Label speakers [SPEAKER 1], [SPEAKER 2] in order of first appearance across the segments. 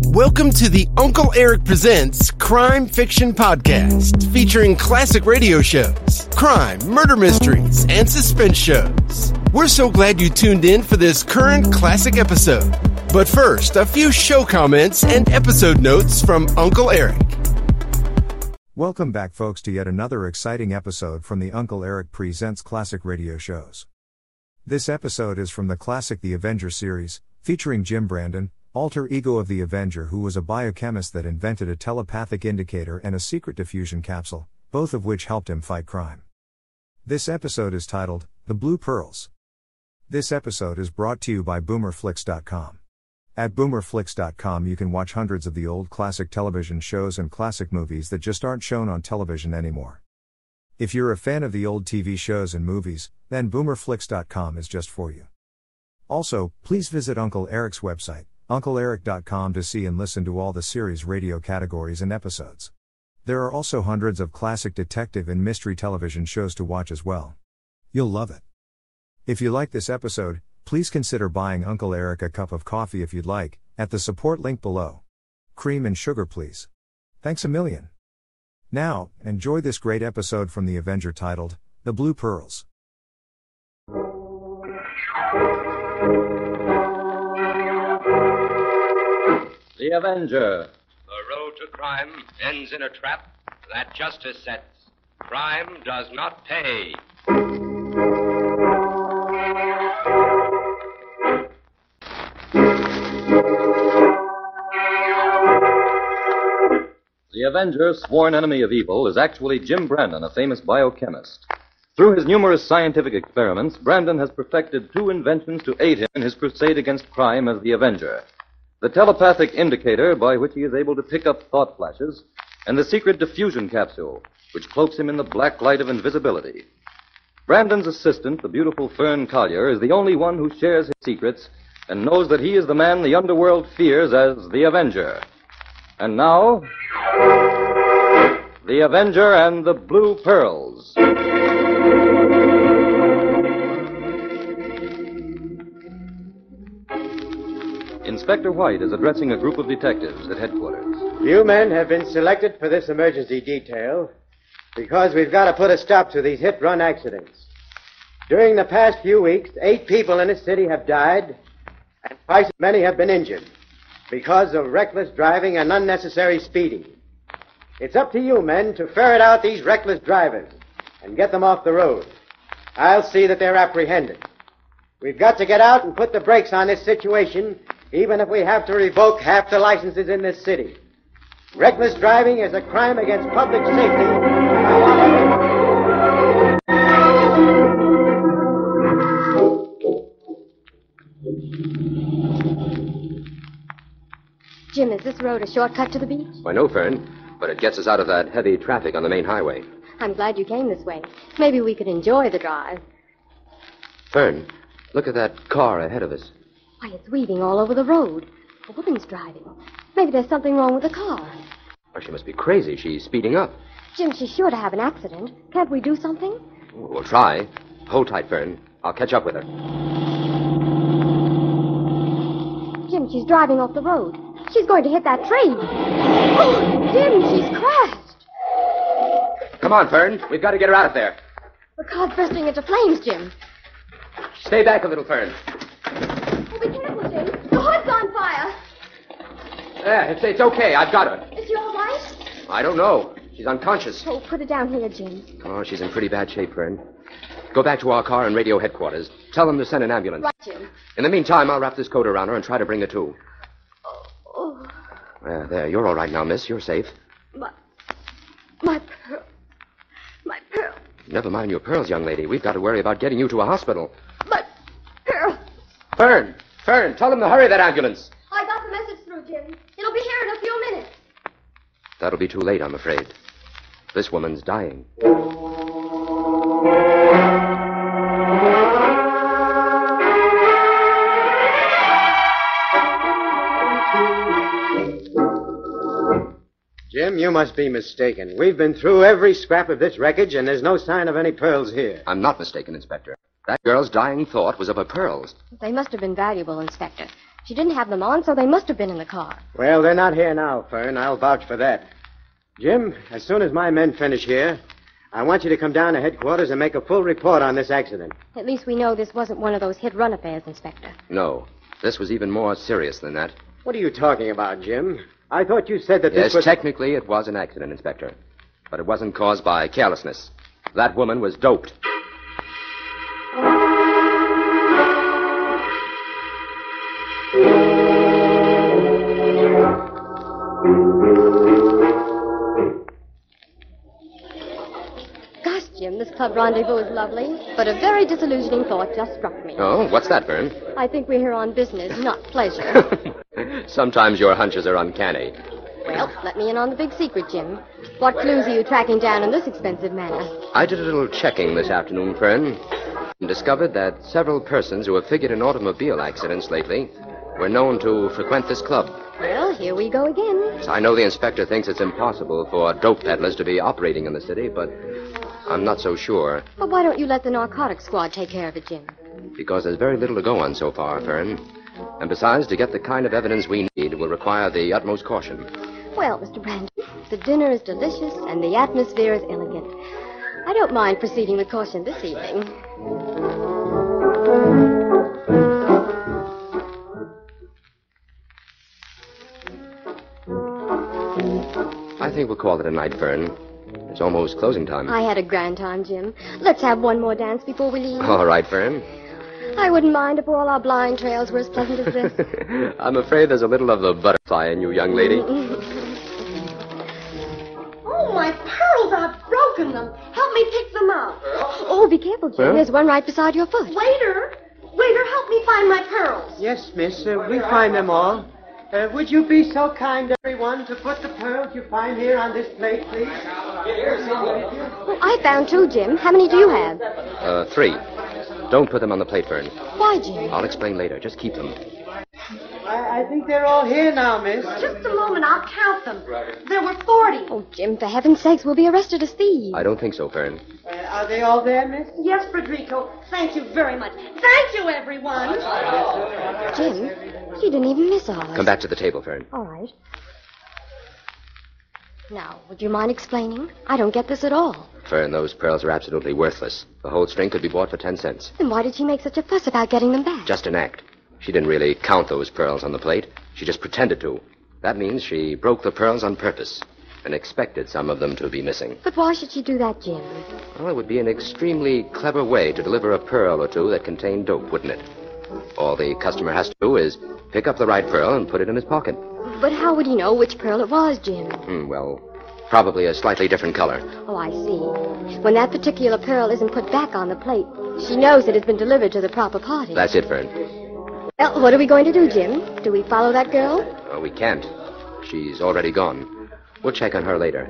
[SPEAKER 1] Welcome to the Uncle Eric Presents Crime Fiction Podcast, featuring classic radio shows, crime, murder mysteries, and suspense shows. We're so glad you tuned in for this current classic episode. But first, a few show comments and episode notes from Uncle Eric.
[SPEAKER 2] Welcome back, folks, to yet another exciting episode from the Uncle Eric Presents Classic Radio Shows. This episode is from the classic The Avenger series, featuring Jim Brandon, alter ego of the Avenger, who was a biochemist that invented a telepathic indicator and a secret diffusion capsule, both of which helped him fight crime. This episode is titled The Blue Pearls. This episode is brought to you by BoomerFlix.com. At boomerflix.com, you can watch hundreds of the old classic television shows and classic movies that just aren't shown on television anymore. If you're a fan of the old TV shows and movies, then boomerflix.com is just for you. Also, please visit Uncle Eric's website, uncleeric.com, to see and listen to all the series radio categories and episodes. There are also hundreds of classic detective and mystery television shows to watch as well. You'll love it. If you like this episode, please consider buying Uncle Eric a cup of coffee if you'd like, at the support link below. Cream and sugar, please. Thanks a million. Now, enjoy this great episode from The Avenger titled, The Blue Pearls.
[SPEAKER 3] The Avenger.
[SPEAKER 4] The road to crime ends in a trap that justice sets. Crime does not pay.
[SPEAKER 3] The Avenger, sworn enemy of evil, is actually Jim Brandon, a famous biochemist. Through his numerous scientific experiments, Brandon has perfected two inventions to aid him in his crusade against crime as the Avenger the telepathic indicator by which he is able to pick up thought flashes, and the secret diffusion capsule, which cloaks him in the black light of invisibility. Brandon's assistant, the beautiful Fern Collier, is the only one who shares his secrets and knows that he is the man the underworld fears as the Avenger. And now, The Avenger and the Blue Pearls. Inspector White is addressing a group of detectives at headquarters.
[SPEAKER 5] You men have been selected for this emergency detail because we've got to put a stop to these hit run accidents. During the past few weeks, eight people in this city have died, and twice as many have been injured because of reckless driving and unnecessary speeding. It's up to you men to ferret out these reckless drivers and get them off the road. I'll see that they're apprehended. We've got to get out and put the brakes on this situation, even if we have to revoke half the licenses in this city. Reckless driving is a crime against public safety.
[SPEAKER 6] Jim, is this road a shortcut to the beach?
[SPEAKER 4] Why, no, Fern, but it gets us out of that heavy traffic on the main highway.
[SPEAKER 6] I'm glad you came this way. Maybe we could enjoy the drive.
[SPEAKER 4] Fern, look at that car ahead of us.
[SPEAKER 6] Why, it's weaving all over the road. A woman's driving. Maybe there's something wrong with the car.
[SPEAKER 4] Why, she must be crazy. She's speeding up.
[SPEAKER 6] Jim, she's sure to have an accident. Can't we do something?
[SPEAKER 4] We'll try. Hold tight, Fern. I'll catch up with her.
[SPEAKER 6] Jim, she's driving off the road. She's going to hit that train. Oh, Jim, she's crashed.
[SPEAKER 4] Come on, Fern. We've got to get her out of there.
[SPEAKER 6] The car's bursting into flames, Jim.
[SPEAKER 4] Stay back a little, Fern.
[SPEAKER 6] Oh, be careful, Jim. The hood's on fire.
[SPEAKER 4] There, it's, it's okay. I've got her.
[SPEAKER 6] Is she all right?
[SPEAKER 4] I don't know. She's unconscious.
[SPEAKER 6] Oh, put her down here, Jim.
[SPEAKER 4] Oh, she's in pretty bad shape, Fern. Go back to our car and radio headquarters. Tell them to send an ambulance.
[SPEAKER 6] Right, Jim.
[SPEAKER 4] In the meantime, I'll wrap this coat around her and try to bring her to.
[SPEAKER 6] Oh,
[SPEAKER 4] Uh, there, you're all right now, miss. You're safe.
[SPEAKER 6] my, my pearl. My pearl.
[SPEAKER 4] Never mind your pearls, young lady. We've got to worry about getting you to a hospital.
[SPEAKER 6] My pearl.
[SPEAKER 4] Fern! Fern, tell them to hurry that ambulance.
[SPEAKER 6] I got the message through, Jim. It'll be here in a few minutes.
[SPEAKER 4] That'll be too late, I'm afraid. This woman's dying.
[SPEAKER 5] Jim, you must be mistaken. We've been through every scrap of this wreckage, and there's no sign of any pearls here.
[SPEAKER 4] I'm not mistaken, Inspector. That girl's dying thought was of her pearls.
[SPEAKER 6] They must have been valuable, Inspector. She didn't have them on, so they must have been in the car.
[SPEAKER 5] Well, they're not here now, Fern. I'll vouch for that. Jim, as soon as my men finish here, I want you to come down to headquarters and make a full report on this accident.
[SPEAKER 6] At least we know this wasn't one of those hit run affairs, Inspector.
[SPEAKER 4] No. This was even more serious than that.
[SPEAKER 5] What are you talking about, Jim? I thought you said that
[SPEAKER 4] Yes,
[SPEAKER 5] this was.
[SPEAKER 4] technically it was an accident, Inspector. But it wasn't caused by carelessness. That woman was doped.
[SPEAKER 6] Gosh, Jim, this club rendezvous is lovely, but a very disillusioning thought just struck me.
[SPEAKER 4] Oh, what's that, Vern?
[SPEAKER 6] I think we're here on business, not pleasure.
[SPEAKER 4] Sometimes your hunches are uncanny.
[SPEAKER 6] well, let me in on the big secret, Jim. What clues are you tracking down in this expensive manner?
[SPEAKER 4] I did a little checking this afternoon, Fern, and discovered that several persons who have figured in automobile accidents lately were known to frequent this club.
[SPEAKER 6] Well, here we go again.
[SPEAKER 4] I know the inspector thinks it's impossible for dope peddlers to be operating in the city, but I'm not so sure
[SPEAKER 6] But why don't you let the narcotic squad take care of it, Jim?
[SPEAKER 4] because there's very little to go on so far, Fern. And besides, to get the kind of evidence we need will require the utmost caution.
[SPEAKER 6] Well, Mr. Brandon, the dinner is delicious and the atmosphere is elegant. I don't mind proceeding with caution this evening.
[SPEAKER 4] I think we'll call it a night, Fern. It's almost closing time.
[SPEAKER 6] I had a grand time, Jim. Let's have one more dance before we leave.
[SPEAKER 4] All right, Fern.
[SPEAKER 6] I wouldn't mind if all our blind trails were as pleasant as this.
[SPEAKER 4] I'm afraid there's a little of the butterfly in you, young lady.
[SPEAKER 6] Oh, my pearls, I've broken them. Help me pick them up. Oh, be careful, Jim.
[SPEAKER 4] Huh?
[SPEAKER 6] There's one right beside your foot.
[SPEAKER 7] Waiter! Waiter, help me find my pearls.
[SPEAKER 5] Yes, miss. Uh, we find them all. Uh, would you be so kind, everyone, to put the pearls you find here on this plate, please?
[SPEAKER 6] Oh, I found two, Jim. How many do you have?
[SPEAKER 4] Uh, three. Don't put them on the plate, Fern.
[SPEAKER 6] Why, Jim?
[SPEAKER 4] I'll explain later. Just keep them.
[SPEAKER 5] I, I think they're all here now, miss.
[SPEAKER 7] Just a moment, I'll count them. There were 40.
[SPEAKER 6] Oh, Jim, for heaven's sakes, we'll be arrested as thieves.
[SPEAKER 4] I don't think so, Fern.
[SPEAKER 5] Uh, are they all there, miss?
[SPEAKER 7] Yes, Frederico, thank you very much. Thank you, everyone.
[SPEAKER 6] Jim, she didn't even miss ours.
[SPEAKER 4] Come back to the table, Fern.
[SPEAKER 6] All right. Now, would you mind explaining? I don't get this at all.
[SPEAKER 4] Fern, those pearls are absolutely worthless. The whole string could be bought for ten cents.
[SPEAKER 6] Then why did she make such a fuss about getting them back?
[SPEAKER 4] Just an act. She didn't really count those pearls on the plate. She just pretended to. That means she broke the pearls on purpose and expected some of them to be missing.
[SPEAKER 6] But why should she do that, Jim?
[SPEAKER 4] Well, it would be an extremely clever way to deliver a pearl or two that contained dope, wouldn't it? All the customer has to do is pick up the right pearl and put it in his pocket.
[SPEAKER 6] But how would he know which pearl it was, Jim?
[SPEAKER 4] Hmm, well, probably a slightly different color.
[SPEAKER 6] Oh, I see. When that particular pearl isn't put back on the plate, she knows it has been delivered to the proper party.
[SPEAKER 4] That's it, Fern.
[SPEAKER 6] Well, what are we going to do, Jim? Do we follow that girl?
[SPEAKER 4] Oh, we can't. She's already gone. We'll check on her later.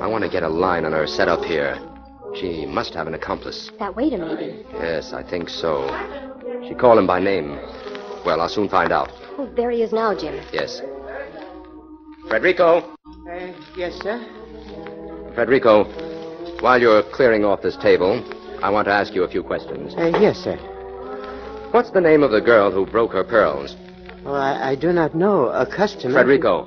[SPEAKER 4] I want to get a line on her setup here. She must have an accomplice.
[SPEAKER 6] That waiter, maybe.
[SPEAKER 4] Yes, I think so. She called him by name. Well, I'll soon find out.
[SPEAKER 6] Oh, there he is now, Jim.
[SPEAKER 4] Yes. Frederico!
[SPEAKER 5] Uh, yes, sir.
[SPEAKER 4] Frederico, while you're clearing off this table, I want to ask you a few questions.
[SPEAKER 5] Uh, yes, sir.
[SPEAKER 4] What's the name of the girl who broke her pearls?
[SPEAKER 5] Oh, I, I do not know. A customer.
[SPEAKER 4] Frederico,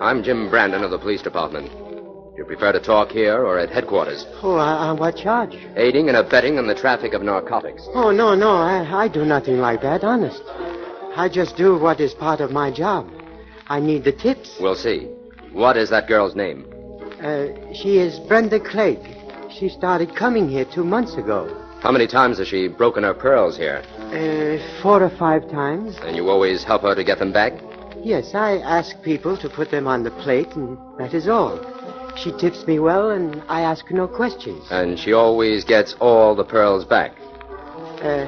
[SPEAKER 4] I'm Jim Brandon of the police department. Do you prefer to talk here or at headquarters?
[SPEAKER 5] Oh, on on what charge?
[SPEAKER 4] Aiding and abetting in the traffic of narcotics.
[SPEAKER 5] Oh, no, no. I, I do nothing like that, honest. I just do what is part of my job. I need the tips.
[SPEAKER 4] We'll see. What is that girl's name?
[SPEAKER 5] Uh, she is Brenda Clegg. She started coming here two months ago.
[SPEAKER 4] How many times has she broken her pearls here?
[SPEAKER 5] Uh, four or five times.
[SPEAKER 4] And you always help her to get them back?
[SPEAKER 5] Yes, I ask people to put them on the plate, and that is all. She tips me well, and I ask no questions.
[SPEAKER 4] And she always gets all the pearls back.
[SPEAKER 5] Uh,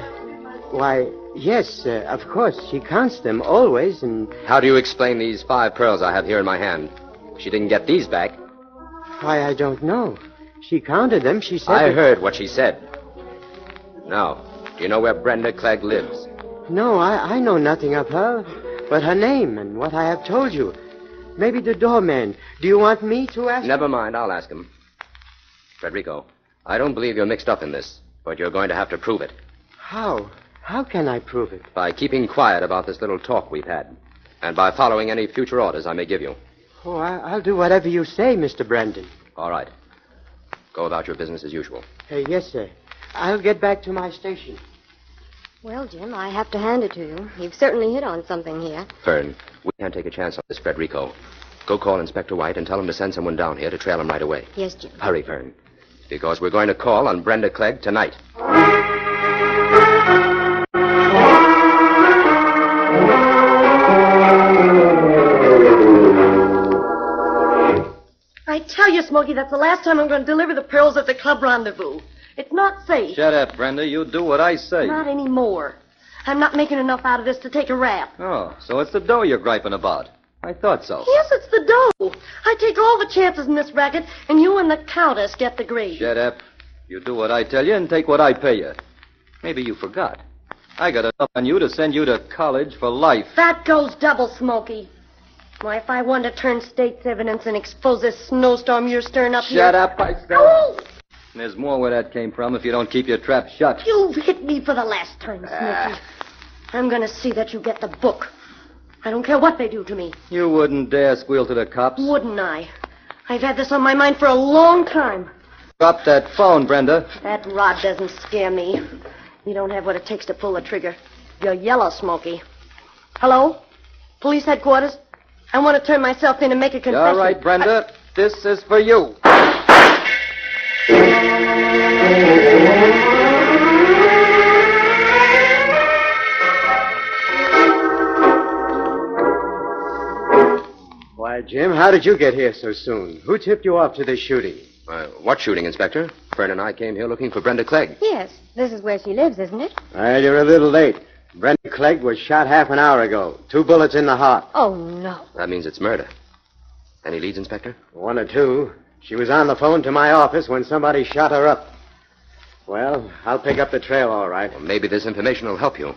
[SPEAKER 5] why, yes, uh, of course. She counts them always, and
[SPEAKER 4] How do you explain these five pearls I have here in my hand? She didn't get these back.
[SPEAKER 5] why, I don't know. She counted them. She said.
[SPEAKER 4] I
[SPEAKER 5] that-
[SPEAKER 4] heard what she said. Now, do you know where Brenda Clegg lives?
[SPEAKER 5] No, I, I know nothing of her, but her name and what I have told you. Maybe the doorman. Do you want me to ask?
[SPEAKER 4] Never mind, I'll ask him. Frederico, I don't believe you're mixed up in this, but you're going to have to prove it.
[SPEAKER 5] How? How can I prove it?
[SPEAKER 4] by keeping quiet about this little talk we've had, and by following any future orders I may give you.
[SPEAKER 5] Oh, I, I'll do whatever you say, Mr. Brandon.
[SPEAKER 4] All right. Go about your business as usual.
[SPEAKER 5] Hey, Uh, yes, sir. I'll get back to my station.
[SPEAKER 6] Well, Jim, I have to hand it to you. You've certainly hit on something here.
[SPEAKER 4] Fern, we can't take a chance on this Frederico. Go call Inspector White and tell him to send someone down here to trail him right away.
[SPEAKER 6] Yes, Jim.
[SPEAKER 4] Hurry, Fern, because we're going to call on Brenda Clegg tonight.
[SPEAKER 7] I tell you, Smokey, that's the last time I'm going to deliver the pearls at the club rendezvous. It's not safe.
[SPEAKER 3] Shut up, Brenda. You do what I say.
[SPEAKER 7] Not anymore. I'm not making enough out of this to take a rap.
[SPEAKER 3] Oh, so it's the dough you're griping about. I thought so.
[SPEAKER 7] Yes, it's the dough. I take all the chances in this racket, and you and the countess get the grade.
[SPEAKER 3] Shut up. You do what I tell you and take what I pay you. Maybe you forgot. I got enough on you to send you to college for life.
[SPEAKER 7] That goes double, Smokey. Why, if I wanted to turn state's evidence and expose this snowstorm you're stirring up here.
[SPEAKER 3] Shut up, I said.
[SPEAKER 7] Oh,
[SPEAKER 3] There's more where that came from if you don't keep your trap shut. Ah.
[SPEAKER 7] you've hit me for the last time, Smokey. I'm going to see that you get the book. I don't care what they do to me,
[SPEAKER 3] You wouldn't dare squeal to the cops.
[SPEAKER 7] wouldn't I? I've had this on my mind for a long time.
[SPEAKER 3] Drop that phone, Brenda.
[SPEAKER 7] That rod doesn't scare me. You don't have what it takes to pull the trigger. You're yellow, Smokey. Hello? Police headquarters? I want to turn myself in and make a
[SPEAKER 3] You
[SPEAKER 7] confession.
[SPEAKER 3] All right, Brenda. This is for you.
[SPEAKER 5] Why, Jim, how did you get here so soon? Who tipped you off to this shooting?
[SPEAKER 4] Uh, what shooting, Inspector? Fern and I came here looking for Brenda Clegg.
[SPEAKER 6] Yes, this is where she lives, isn't it?
[SPEAKER 5] Well, you're a little late. Brenda Clegg was shot half an hour ago. Two bullets in the heart.
[SPEAKER 6] Oh, no.
[SPEAKER 4] That means it's murder. Any leads, Inspector?
[SPEAKER 5] One or two. She was on the phone to my office when somebody shot her up. Well, I'll pick up the trail, all right.
[SPEAKER 4] Well, maybe this information will help you.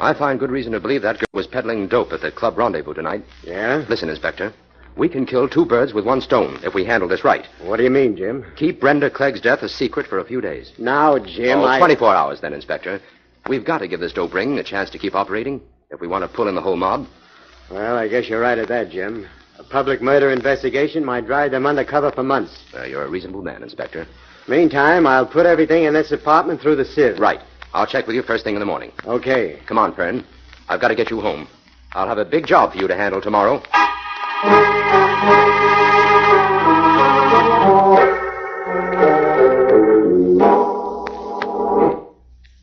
[SPEAKER 4] I find good reason to believe that girl was peddling dope at the club rendezvous tonight.
[SPEAKER 5] Yeah?
[SPEAKER 4] Listen, Inspector. We can kill two birds with one stone if we handle this right.
[SPEAKER 5] What do you mean, Jim?
[SPEAKER 4] Keep Brenda Clegg's death a secret for a few days.
[SPEAKER 5] Now, Jim,
[SPEAKER 4] Oh,
[SPEAKER 5] I...
[SPEAKER 4] 24 hours then, Inspector. We've got to give this dope ring a chance to keep operating if we want to pull in the whole mob.
[SPEAKER 5] Well, I guess you're right at that, Jim. A public murder investigation might drive them under cover for months.
[SPEAKER 4] Uh, you're a reasonable man, Inspector.
[SPEAKER 5] Meantime, I'll put everything in this apartment through the sieve.
[SPEAKER 4] Right. I'll check with you first thing in the morning.
[SPEAKER 5] Okay.
[SPEAKER 4] Come on, Fern. I've got to get you home. I'll have a big job for you to handle tomorrow.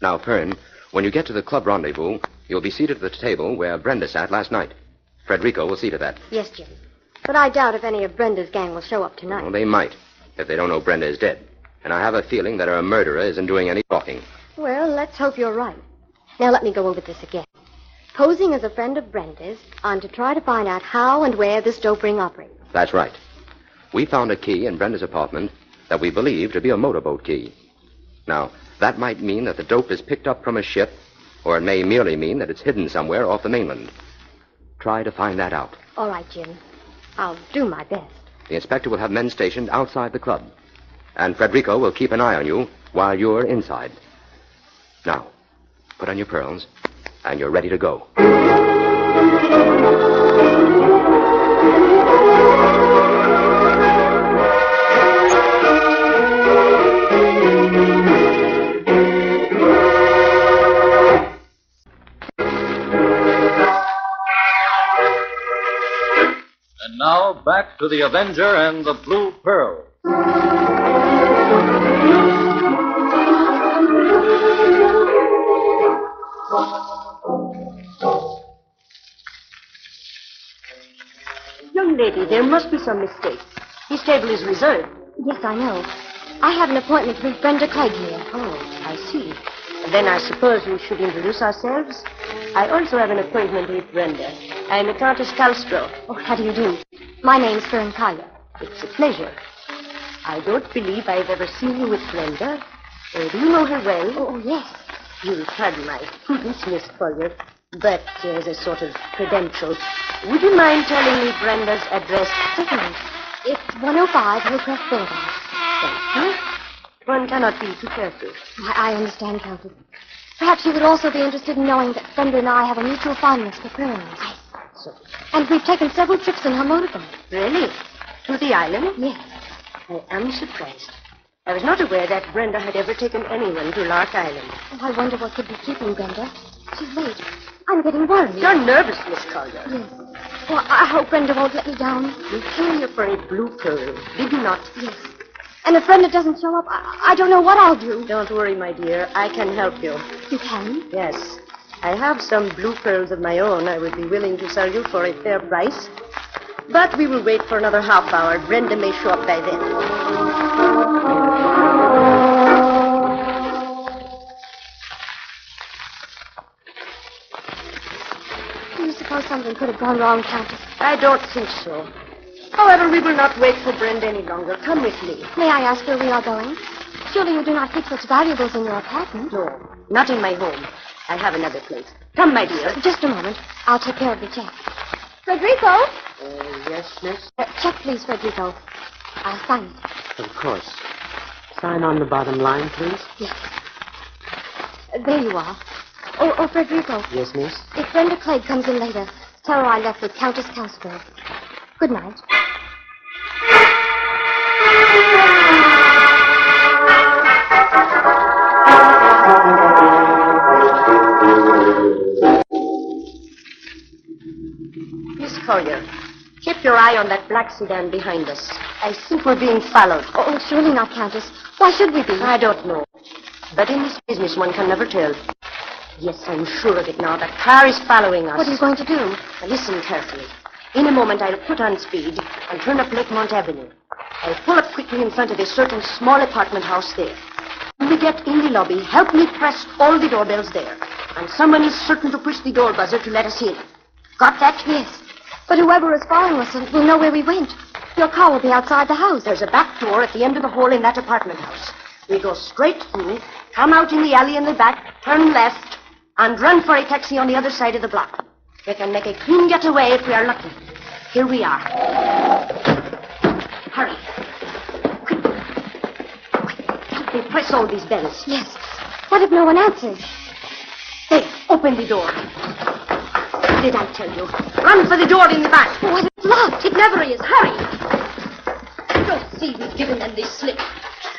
[SPEAKER 4] Now, Fern, when you get to the club rendezvous, you'll be seated at the table where Brenda sat last night. Frederico will see to that.
[SPEAKER 6] Yes, Jim. But I doubt if any of Brenda's gang will show up
[SPEAKER 4] Well,
[SPEAKER 6] tonight.
[SPEAKER 4] they might, if they don't know Brenda is dead. And I have a feeling that her murderer isn't doing any talking.
[SPEAKER 6] Well, let's hope you're right. Now, let me go over this again. Posing as a friend of Brenda's, I'm to try to find out how and where this dope ring operates.
[SPEAKER 4] That's right. We found a key in Brenda's apartment that we believe to be a motorboat key. Now, that might mean that the dope is picked up from a ship, or it may merely mean that it's hidden somewhere off the mainland. Try to find that out.
[SPEAKER 6] All right, Jim. I'll do my best.
[SPEAKER 4] The inspector will have men stationed outside the club, and Frederico will keep an eye on you while you're inside. Now, put on your pearls, and you're ready to go.
[SPEAKER 3] And now back to the Avenger and the Blue Pearl.
[SPEAKER 7] Young lady, there must be some mistake. This table is reserved.
[SPEAKER 6] Yes, I know. I have an appointment with Brenda Clegg here.
[SPEAKER 7] Oh, I see. Then I suppose we should introduce ourselves. I also have an appointment with Brenda. I'm the Countess Calstro.
[SPEAKER 6] Oh, how do you do? My name's Fern Collier.
[SPEAKER 7] It's a pleasure. I don't believe I've ever seen you with Brenda. Uh, do you know her well?
[SPEAKER 6] Oh, yes.
[SPEAKER 7] You'll pardon my prudence, Miss Collier, but uh, as a sort of credential, would you mind telling me Brenda's address?
[SPEAKER 6] Certainly. It's 105 Hillcrest Boulevard.
[SPEAKER 7] Thank you. One cannot be too careful.
[SPEAKER 6] I, I understand, Countess. Perhaps you would also be interested in knowing that Brenda and I have a mutual fondness for prunes. I so. And we've taken several trips in her motorboat.
[SPEAKER 7] Really? To the island?
[SPEAKER 6] Yes.
[SPEAKER 7] I am surprised. I was not aware that Brenda had ever taken anyone to Lark Island.
[SPEAKER 6] Oh, I wonder what could be keeping Brenda. She's late. I'm getting worried.
[SPEAKER 7] You're nervous, Miss Collier.
[SPEAKER 6] Yes. Well, I hope Brenda won't let me down.
[SPEAKER 7] You came here for a blue pearl, did you not?
[SPEAKER 6] Yes. And if Brenda doesn't show up, I, I don't know what I'll do.
[SPEAKER 7] Don't worry, my dear. I can help you.
[SPEAKER 6] You can?
[SPEAKER 7] Yes. I have some blue pearls of my own I would be willing to sell you for a fair price. But we will wait for another half hour. Brenda may show up by then.
[SPEAKER 6] Do you suppose something could have gone wrong, Countess?
[SPEAKER 7] I don't think so. However, we will not wait for Brenda any longer. Come with me.
[SPEAKER 6] May I ask where we are going? Surely you do not keep such valuables in your apartment.
[SPEAKER 7] No, not in my home. I have another place. Come, my dear.
[SPEAKER 6] Just a moment. I'll take care of the check. Frederico?
[SPEAKER 5] Uh, yes, miss?
[SPEAKER 6] Uh, check, please, Frederico. Uh, I'll sign it.
[SPEAKER 5] Of course. Sign on the bottom line, please.
[SPEAKER 6] Yes. Uh, There you are. Oh, oh, Frederico,
[SPEAKER 5] Yes, miss?
[SPEAKER 6] if Brenda Clegg comes in later, tell her I left with Countess Castro. Good night.
[SPEAKER 7] Miss Collier, keep your eye on that black sedan behind us. I think we're being followed.
[SPEAKER 6] Oh, oh, surely not, Countess. Why should we be?
[SPEAKER 7] I don't know. But in this business, one can never tell. Yes, I'm sure of it now. That car is following us.
[SPEAKER 6] What are you going to do?
[SPEAKER 7] Now, Listen carefully. In a moment, I'll put on speed and turn up Lakemont Avenue. I'll pull up quickly in front of a certain small apartment house there. When we get in the lobby, help me press all the doorbells there. And someone is certain to push the door buzzer to let us in. Got that?
[SPEAKER 6] Yes. But whoever is following us will know where we went. Your car will be outside the house.
[SPEAKER 7] There's a back door at the end of the hall in that apartment house. We go straight through, come out in the alley in the back, turn left, and run for a taxi on the other side of the block. We can make a clean getaway if we are lucky. Here we are. Hurry. Quick. Quick. Help me press all these bells.
[SPEAKER 6] Yes. What if no one answers?
[SPEAKER 7] Hey, open the door. Did I tell you? Run for the door in the back. Oh,
[SPEAKER 6] But it's locked.
[SPEAKER 7] It never is. Hurry. Don't see we've given them the slip.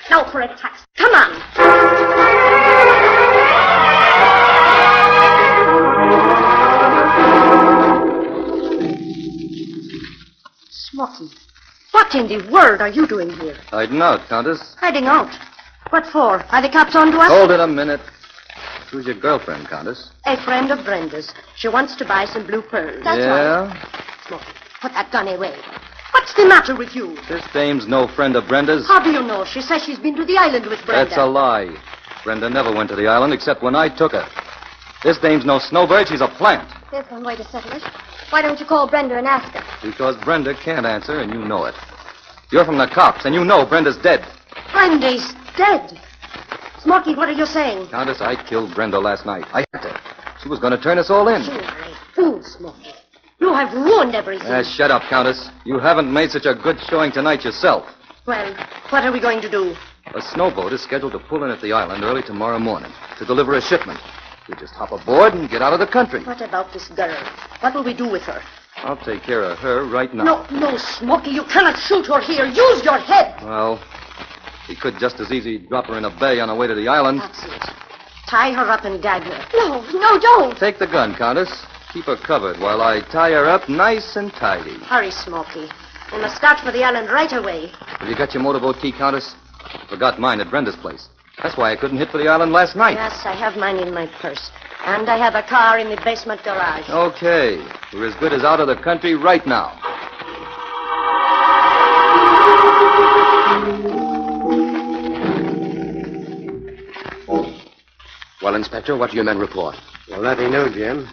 [SPEAKER 7] Now for a taxi. Come on. Smoky, what in the world are you doing here?
[SPEAKER 4] Hiding out, Countess.
[SPEAKER 7] Hiding out. What for? Are the cops on to us?
[SPEAKER 4] Hold it a minute. Who's your girlfriend, Countess?
[SPEAKER 7] A friend of Brenda's. She wants to buy some blue pearls.
[SPEAKER 6] That's
[SPEAKER 4] yeah?
[SPEAKER 7] Smoky, put that gun away. What's the matter with you?
[SPEAKER 4] This dame's no friend of Brenda's.
[SPEAKER 7] How do you know? She says she's been to the island with Brenda.
[SPEAKER 4] That's a lie. Brenda never went to the island except when I took her. This dame's no snowbird. She's a plant.
[SPEAKER 6] There's one way to settle it. Why don't you call Brenda and ask her?
[SPEAKER 4] Because Brenda can't answer, and you know it. You're from the cops, and you know Brenda's dead.
[SPEAKER 7] Brandy's dead. Smoky, what are you saying?
[SPEAKER 4] Countess, I killed Brenda last night. I had to. She was going to turn us all in.
[SPEAKER 7] You are a fool, Smoky. You have ruined everything.
[SPEAKER 4] Ah, shut up, Countess. You haven't made such a good showing tonight yourself.
[SPEAKER 7] Well, what are we going to do?
[SPEAKER 4] A snowboat is scheduled to pull in at the island early tomorrow morning to deliver a shipment. We just hop aboard and get out of the country.
[SPEAKER 7] What about this girl? What will we do with her?
[SPEAKER 4] I'll take care of her right now.
[SPEAKER 7] No, no, Smoky, you cannot shoot her here. Use your head.
[SPEAKER 4] Well, we could just as easy drop her in a bay on her way to the island.
[SPEAKER 7] That's it. Tie her up and gag her.
[SPEAKER 6] No, no, don't.
[SPEAKER 4] Take the gun, Countess. Keep her covered while I tie her up nice and tidy.
[SPEAKER 7] Hurry, Smoky. We must start for the island right away.
[SPEAKER 4] Have you got your motorboat key, Countess? Forgot mine at Brenda's place. That's why I couldn't hit for the island last night.
[SPEAKER 7] Yes, I have mine in my purse. And I have a car in the basement garage.
[SPEAKER 4] Okay. We're as good as out of the country right now.
[SPEAKER 8] Well, Inspector, what do your men report?
[SPEAKER 5] Well, let me know, Jim.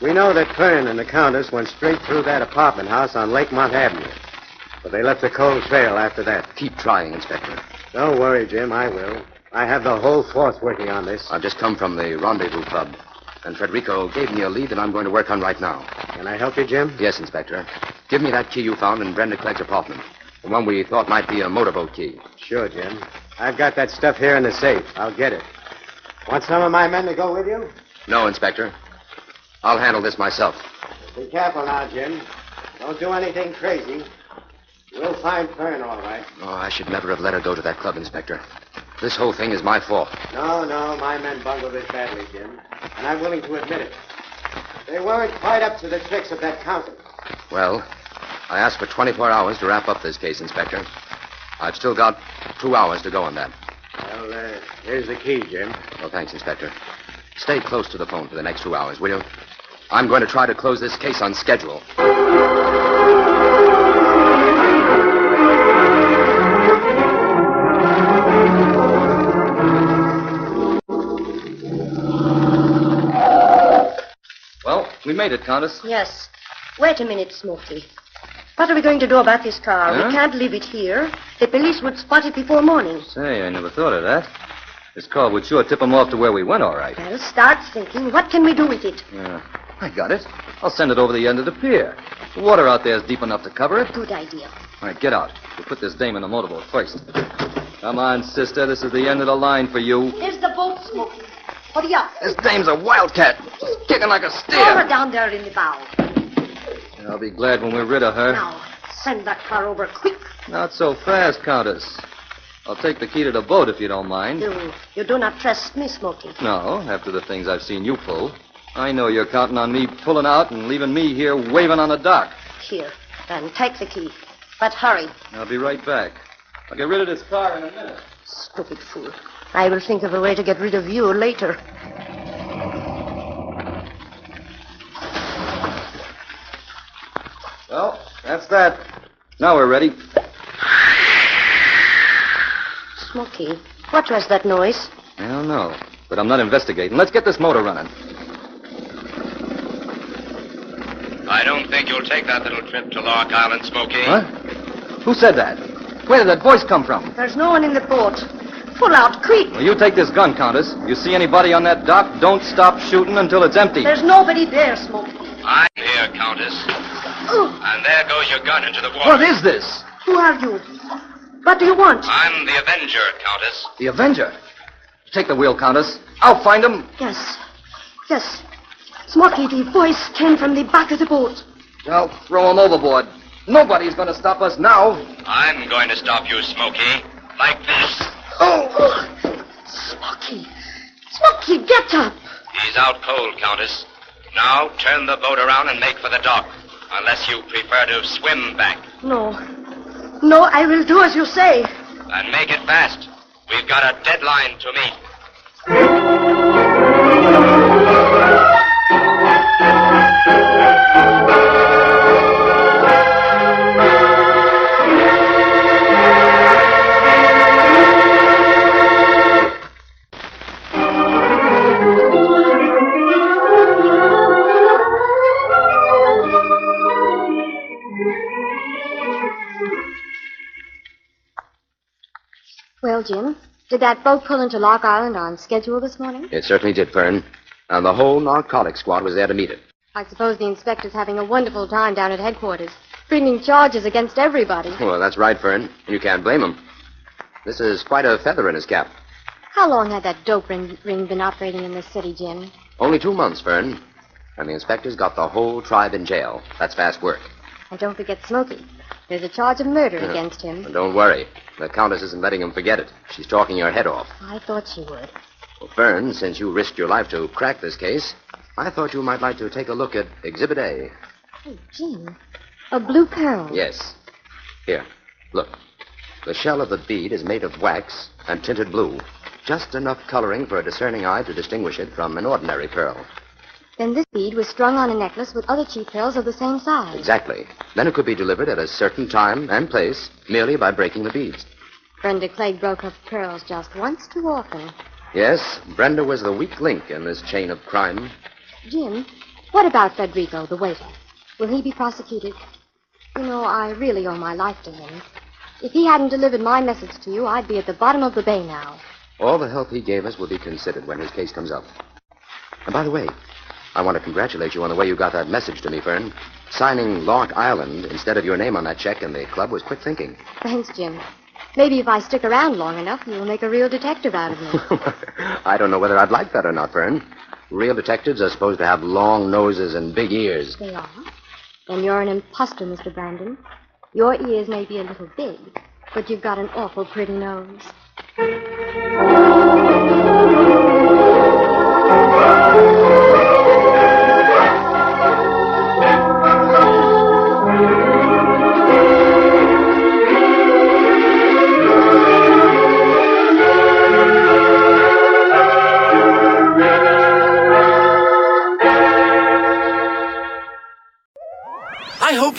[SPEAKER 5] We know that Fern and the Countess went straight through that apartment house on Lakemont Avenue. But they left a cold trail after that.
[SPEAKER 8] Keep trying, Inspector.
[SPEAKER 5] Don't worry, Jim. I will. I have the whole force working on this.
[SPEAKER 4] Uh,
[SPEAKER 8] I've just come from the rendezvous club, and Federico gave me a lead that I'm going to work on right now.
[SPEAKER 5] Can I help you, Jim?
[SPEAKER 8] Yes, Inspector. Give me that key you found in Brenda Clegg's apartment. The one we thought might be a motorboat key.
[SPEAKER 5] Sure, Jim. I've got that stuff here in the safe. I'll get it. Want some of my men to go with you?
[SPEAKER 4] No, Inspector. I'll handle this myself.
[SPEAKER 5] Be careful now, Jim. Don't do anything crazy. We'll find Fern, all right.
[SPEAKER 4] Oh, I should never have let her go to that club, Inspector. This whole thing is my fault.
[SPEAKER 5] No, no, my men bungled this badly, Jim. And I'm willing to admit it. They weren't quite up to the tricks of that counter.
[SPEAKER 4] Well, I asked for 24 hours to wrap up this case, Inspector. I've still got two hours to go on that.
[SPEAKER 5] Well, uh, here's the key, Jim.
[SPEAKER 4] Well, thanks, Inspector. Stay close to the phone for the next two hours, will you? I'm going to try to close this case on schedule.
[SPEAKER 3] Well, we made it, Countess.
[SPEAKER 7] Yes. Wait a minute, Smoky. What are we going to do about this car?
[SPEAKER 3] Huh?
[SPEAKER 7] We can't leave it here. The police would spot it before morning.
[SPEAKER 3] Say, I never thought of that. This car would sure tip 'em off to where we went, all right.
[SPEAKER 7] Well, start thinking. What can we do with it?
[SPEAKER 3] Yeah. I got it. I'll send it over the end of the pier. The water out there is deep enough to cover it.
[SPEAKER 7] Good idea.
[SPEAKER 3] All right, get out. We'll put this dame in the motorboat first. Come on, sister. This is the end of the line for you.
[SPEAKER 7] There's the boat, Smoky. Hurry up.
[SPEAKER 3] This dame's a wildcat. She's kicking like a
[SPEAKER 7] Throw her
[SPEAKER 3] steer.
[SPEAKER 7] down there in the bow.
[SPEAKER 3] I'll be glad when we're rid of her.
[SPEAKER 7] Now, send that car over quick.
[SPEAKER 3] Not so fast, Countess. I'll take the key to the boat if you don't mind.
[SPEAKER 7] You, you do not trust me, Smoky.
[SPEAKER 3] No, after the things I've seen you pull. I know you're counting on me pulling out and leaving me here waving on the dock.
[SPEAKER 7] Here, then take the key. But hurry,
[SPEAKER 3] I'll be right back. I'll get rid of this car in a minute.
[SPEAKER 7] stupid fool. I will think of a way to get rid of you later.
[SPEAKER 3] Well, that's that. Now we're ready.
[SPEAKER 7] Smoky, what was that noise?
[SPEAKER 3] I don't know, but I'm not investigating. Let's get this motor running.
[SPEAKER 4] I don't think you'll take that little trip to Lark Island, Smoky.
[SPEAKER 3] Huh? Who said that? Where did that voice come from?
[SPEAKER 7] There's no one in the boat. Pull out, quick.
[SPEAKER 3] Well, you take this gun, Countess. You see anybody on that dock, don't stop shooting until it's empty.
[SPEAKER 7] There's nobody there, Smoky.
[SPEAKER 4] I'm here, Countess.
[SPEAKER 7] Oh,
[SPEAKER 4] And there goes your gun into the water.
[SPEAKER 3] What is this?
[SPEAKER 7] who are you? What do you want?
[SPEAKER 4] I'm the Avenger, Countess.
[SPEAKER 3] The Avenger. Take the wheel, Countess. I'll find him.
[SPEAKER 7] Yes, yes. Smoky, the voice came from the back of the boat.
[SPEAKER 3] I'll throw him overboard. Nobody's going to stop us now.
[SPEAKER 4] I'm going to stop you, Smoky. Like this.
[SPEAKER 7] Oh, Smoky, Smoky, get up.
[SPEAKER 4] He's out cold, Countess. Now turn the boat around and make for the dock. Unless you prefer to swim back.
[SPEAKER 7] No, no, I will do as you say.
[SPEAKER 4] And make it fast. We've got a deadline to meet.
[SPEAKER 6] Well, Jim, did that boat pull into Lock Island on schedule this morning?
[SPEAKER 4] It certainly did, Fern. And the whole narcotic squad was there to meet it.
[SPEAKER 6] I suppose the inspector's having a wonderful time down at headquarters, bringing charges against everybody.
[SPEAKER 4] Well, that's right, Fern. You can't blame him. This is quite a feather in his cap.
[SPEAKER 6] How long had that dope ring, ring been operating in this city, Jim?
[SPEAKER 4] Only two months, Fern. And the inspector's got the whole tribe in jail. That's fast work.
[SPEAKER 6] And don't forget Smoky. There's a charge of murder against him.
[SPEAKER 4] And don't worry. The Countess isn't letting him forget it. She's talking your head off.
[SPEAKER 6] I thought she would.
[SPEAKER 4] Well, Fern, since you risked your life to crack this case, I thought you might like to take a look at Exhibit A.
[SPEAKER 6] Oh, Jim, a blue pearl.
[SPEAKER 4] Yes. Here, look. The shell of the bead is made of wax and tinted blue. Just enough coloring for a discerning eye to distinguish it from an ordinary pearl.
[SPEAKER 6] Then this bead was strung on a necklace with other cheap pearls of the same size.
[SPEAKER 4] Exactly. Then it could be delivered at a certain time and place merely by breaking the beads.
[SPEAKER 6] Brenda Clegg broke her pearls just once too often.
[SPEAKER 4] Yes, Brenda was the weak link in this chain of crime.
[SPEAKER 6] Jim, what about Federico, the waiter? Will he be prosecuted? You know, I really owe my life to him. If he hadn't delivered my message to you, I'd be at the bottom of the bay now.
[SPEAKER 4] All the help he gave us will be considered when his case comes up. And by the way, I want to congratulate you on the way you got that message to me, Fern. Signing Lark Island instead of your name on that check in the club was quick thinking.
[SPEAKER 6] Thanks, Jim. Maybe if I stick around long enough, you'll make a real detective out of me.
[SPEAKER 4] I don't know whether I'd like that or not, Vern. Real detectives are supposed to have long noses and big ears.
[SPEAKER 6] they are. Then you're an imposter, Mr. Brandon. Your ears may be a little big, but you've got an awful pretty nose.
[SPEAKER 1] I hope